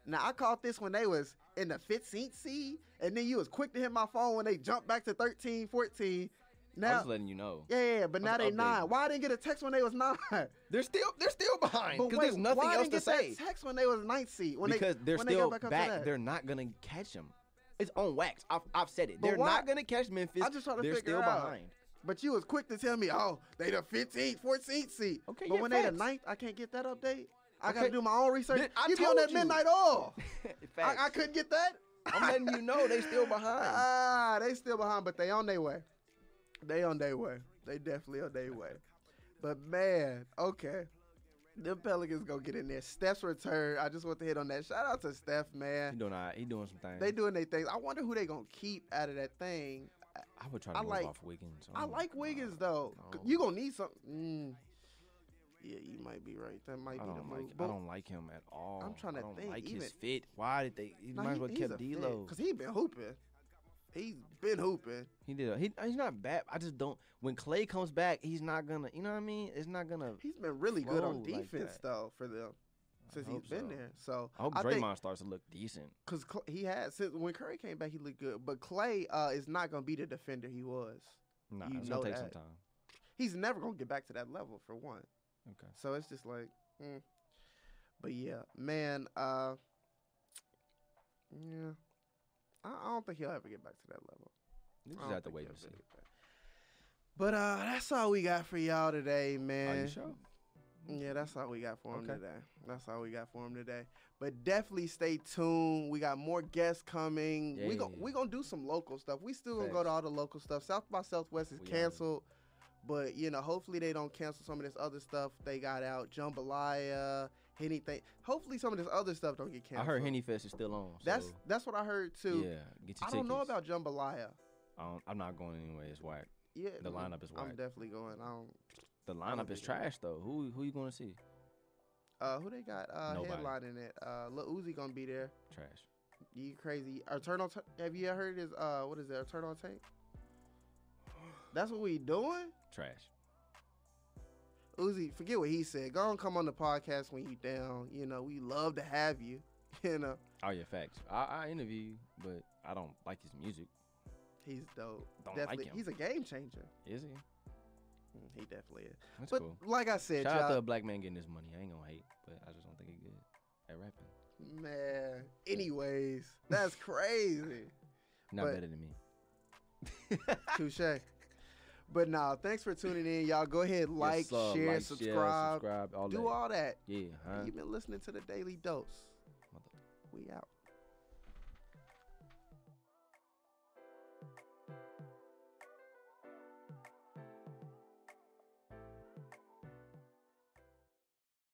Now I caught this when they was in the 15th seed, and then you was quick to hit my phone when they jumped back to 13, 14.
I'm
Now,
just letting you know.
yeah, yeah, yeah, but now
just
they
updating.
nine. Why I didn't get a text when they was nine? But
They're still they're still behind
wait,
because there's nothing
why I
else
didn't
to
get that
say.
text when they was ninth seed? When
because
they,
they're
when
still
they got
back.
back, up to that.
They're not gonna catch them. It's on wax. I've, I've said it.
But
they're
why-
not gonna catch Memphis.
I just try to
they're
figure
still
out.
behind.
But you was quick to tell me, oh, they the 15th, 14th seed.
Okay,
but
yeah,
when they
facts.
the ninth, I can't get that update. I
Okay.
gotta do my own research.
Then I
you be on
told
that
you.
midnight all. I,
Facts.
I couldn't get that.
I'm letting you know they still behind.
Ah, they still behind, but they on their way. They on their way. They definitely on their way. But man, okay. Them Pelicans gonna get in there. Steph's return. I just want to hit on that. Shout out to Steph,
He
man.
doing all right. He doing some things.
They doing their things. I wonder who they gonna keep out of that thing.
I would try to
I
move
like-
off Wiggins.
I
Oh my
like Wiggins
God.
though. C-
no.
You gonna need something. Mm. Yeah, you might be right. That might
I
be the
don't like.
move.
I
But
don't like him at all.
tryna
I don't
think,
like
even-
his fit. Why did they? He might as well kept D'Lo.
because he been hooping. He's been hooping.
He did. A, he, he's not bad. I just don't. When Clay comes back, he's not gonna. You know what I mean? It's not gonna.
He's been really good on
Flow like
defense
that.
though for them since he's
hope
been
so.
there. So
I hope Draymond
think
starts to look decent.
because he had since when Curry came back, he looked good. But Clay uh, is not gonna be the defender he was.
Nah,
You
it's
know
gonna take some
that.
time.
He's never gonna get back to that level for one.
Okay.
So it's just like, mm. but yeah, man, uh, yeah, I, I don't think he'll ever get back to that level.
You
I
just
don't
have to
think
wait
he'll
and see.
ever get back. But uh, that's all we got for y'all today, man.
Are you sure?
Yeah, that's all we got for him
Okay.
today. That's all we got for him today. But definitely stay tuned. We got more guests coming. We gon'
Yeah.
we gonna do some local stuff. We still gonna go
Facts.
to all the local stuff. South by Southwest is
We are.
canceled, but you know hopefully they don't cancel some of this other stuff they got out. Jambalaya, anything. Hopefully some of this other stuff don't get
I
canceled.
heard Henny Fest is still on.
That's
so,
that's what I heard too.
Yeah, get your
I don't know
tickets.
about Jambalaya.
I don't, I'm not going anyway. It's whack.
Yeah,
The lineup is
I'm
whack.
definitely going. I don't.
The
don't
lineup
think
is
it-
trash though. Who who you gonna see?
Uh, who they got uh,
Nobody.
headlining it? Uh, Lil Uzi gonna be there.
Trash.
You crazy. Eternal t- have you ever heard his uh what is it, Eternal Tank? That's what we doing?
Trash.
Uzi, forget what he said. Go on come on the podcast when you down. You know, we love to have you. You know.
Oh yeah, facts. I, I interview you, but I don't like his music.
He's dope.
Don't like
definitely
him.
he's a game changer.
Is he?
Mm, He definitely is.
That's
but
cool.
like I said,
Shout out to
y'all,
a black man getting his money. I ain't gonna hate, but I just don't think he good at rapping.
man. Anyways, that's crazy.
Not
But-
better than me.
Touche. But nah, thanks for tuning in. Y'all go ahead,
Yes,
like,
sir.
share,
Like,
subscribe,
subscribe, all
do
that.
all that.
Yeah, huh?
You've been listening to the Daily Dose.
Mother-
We out.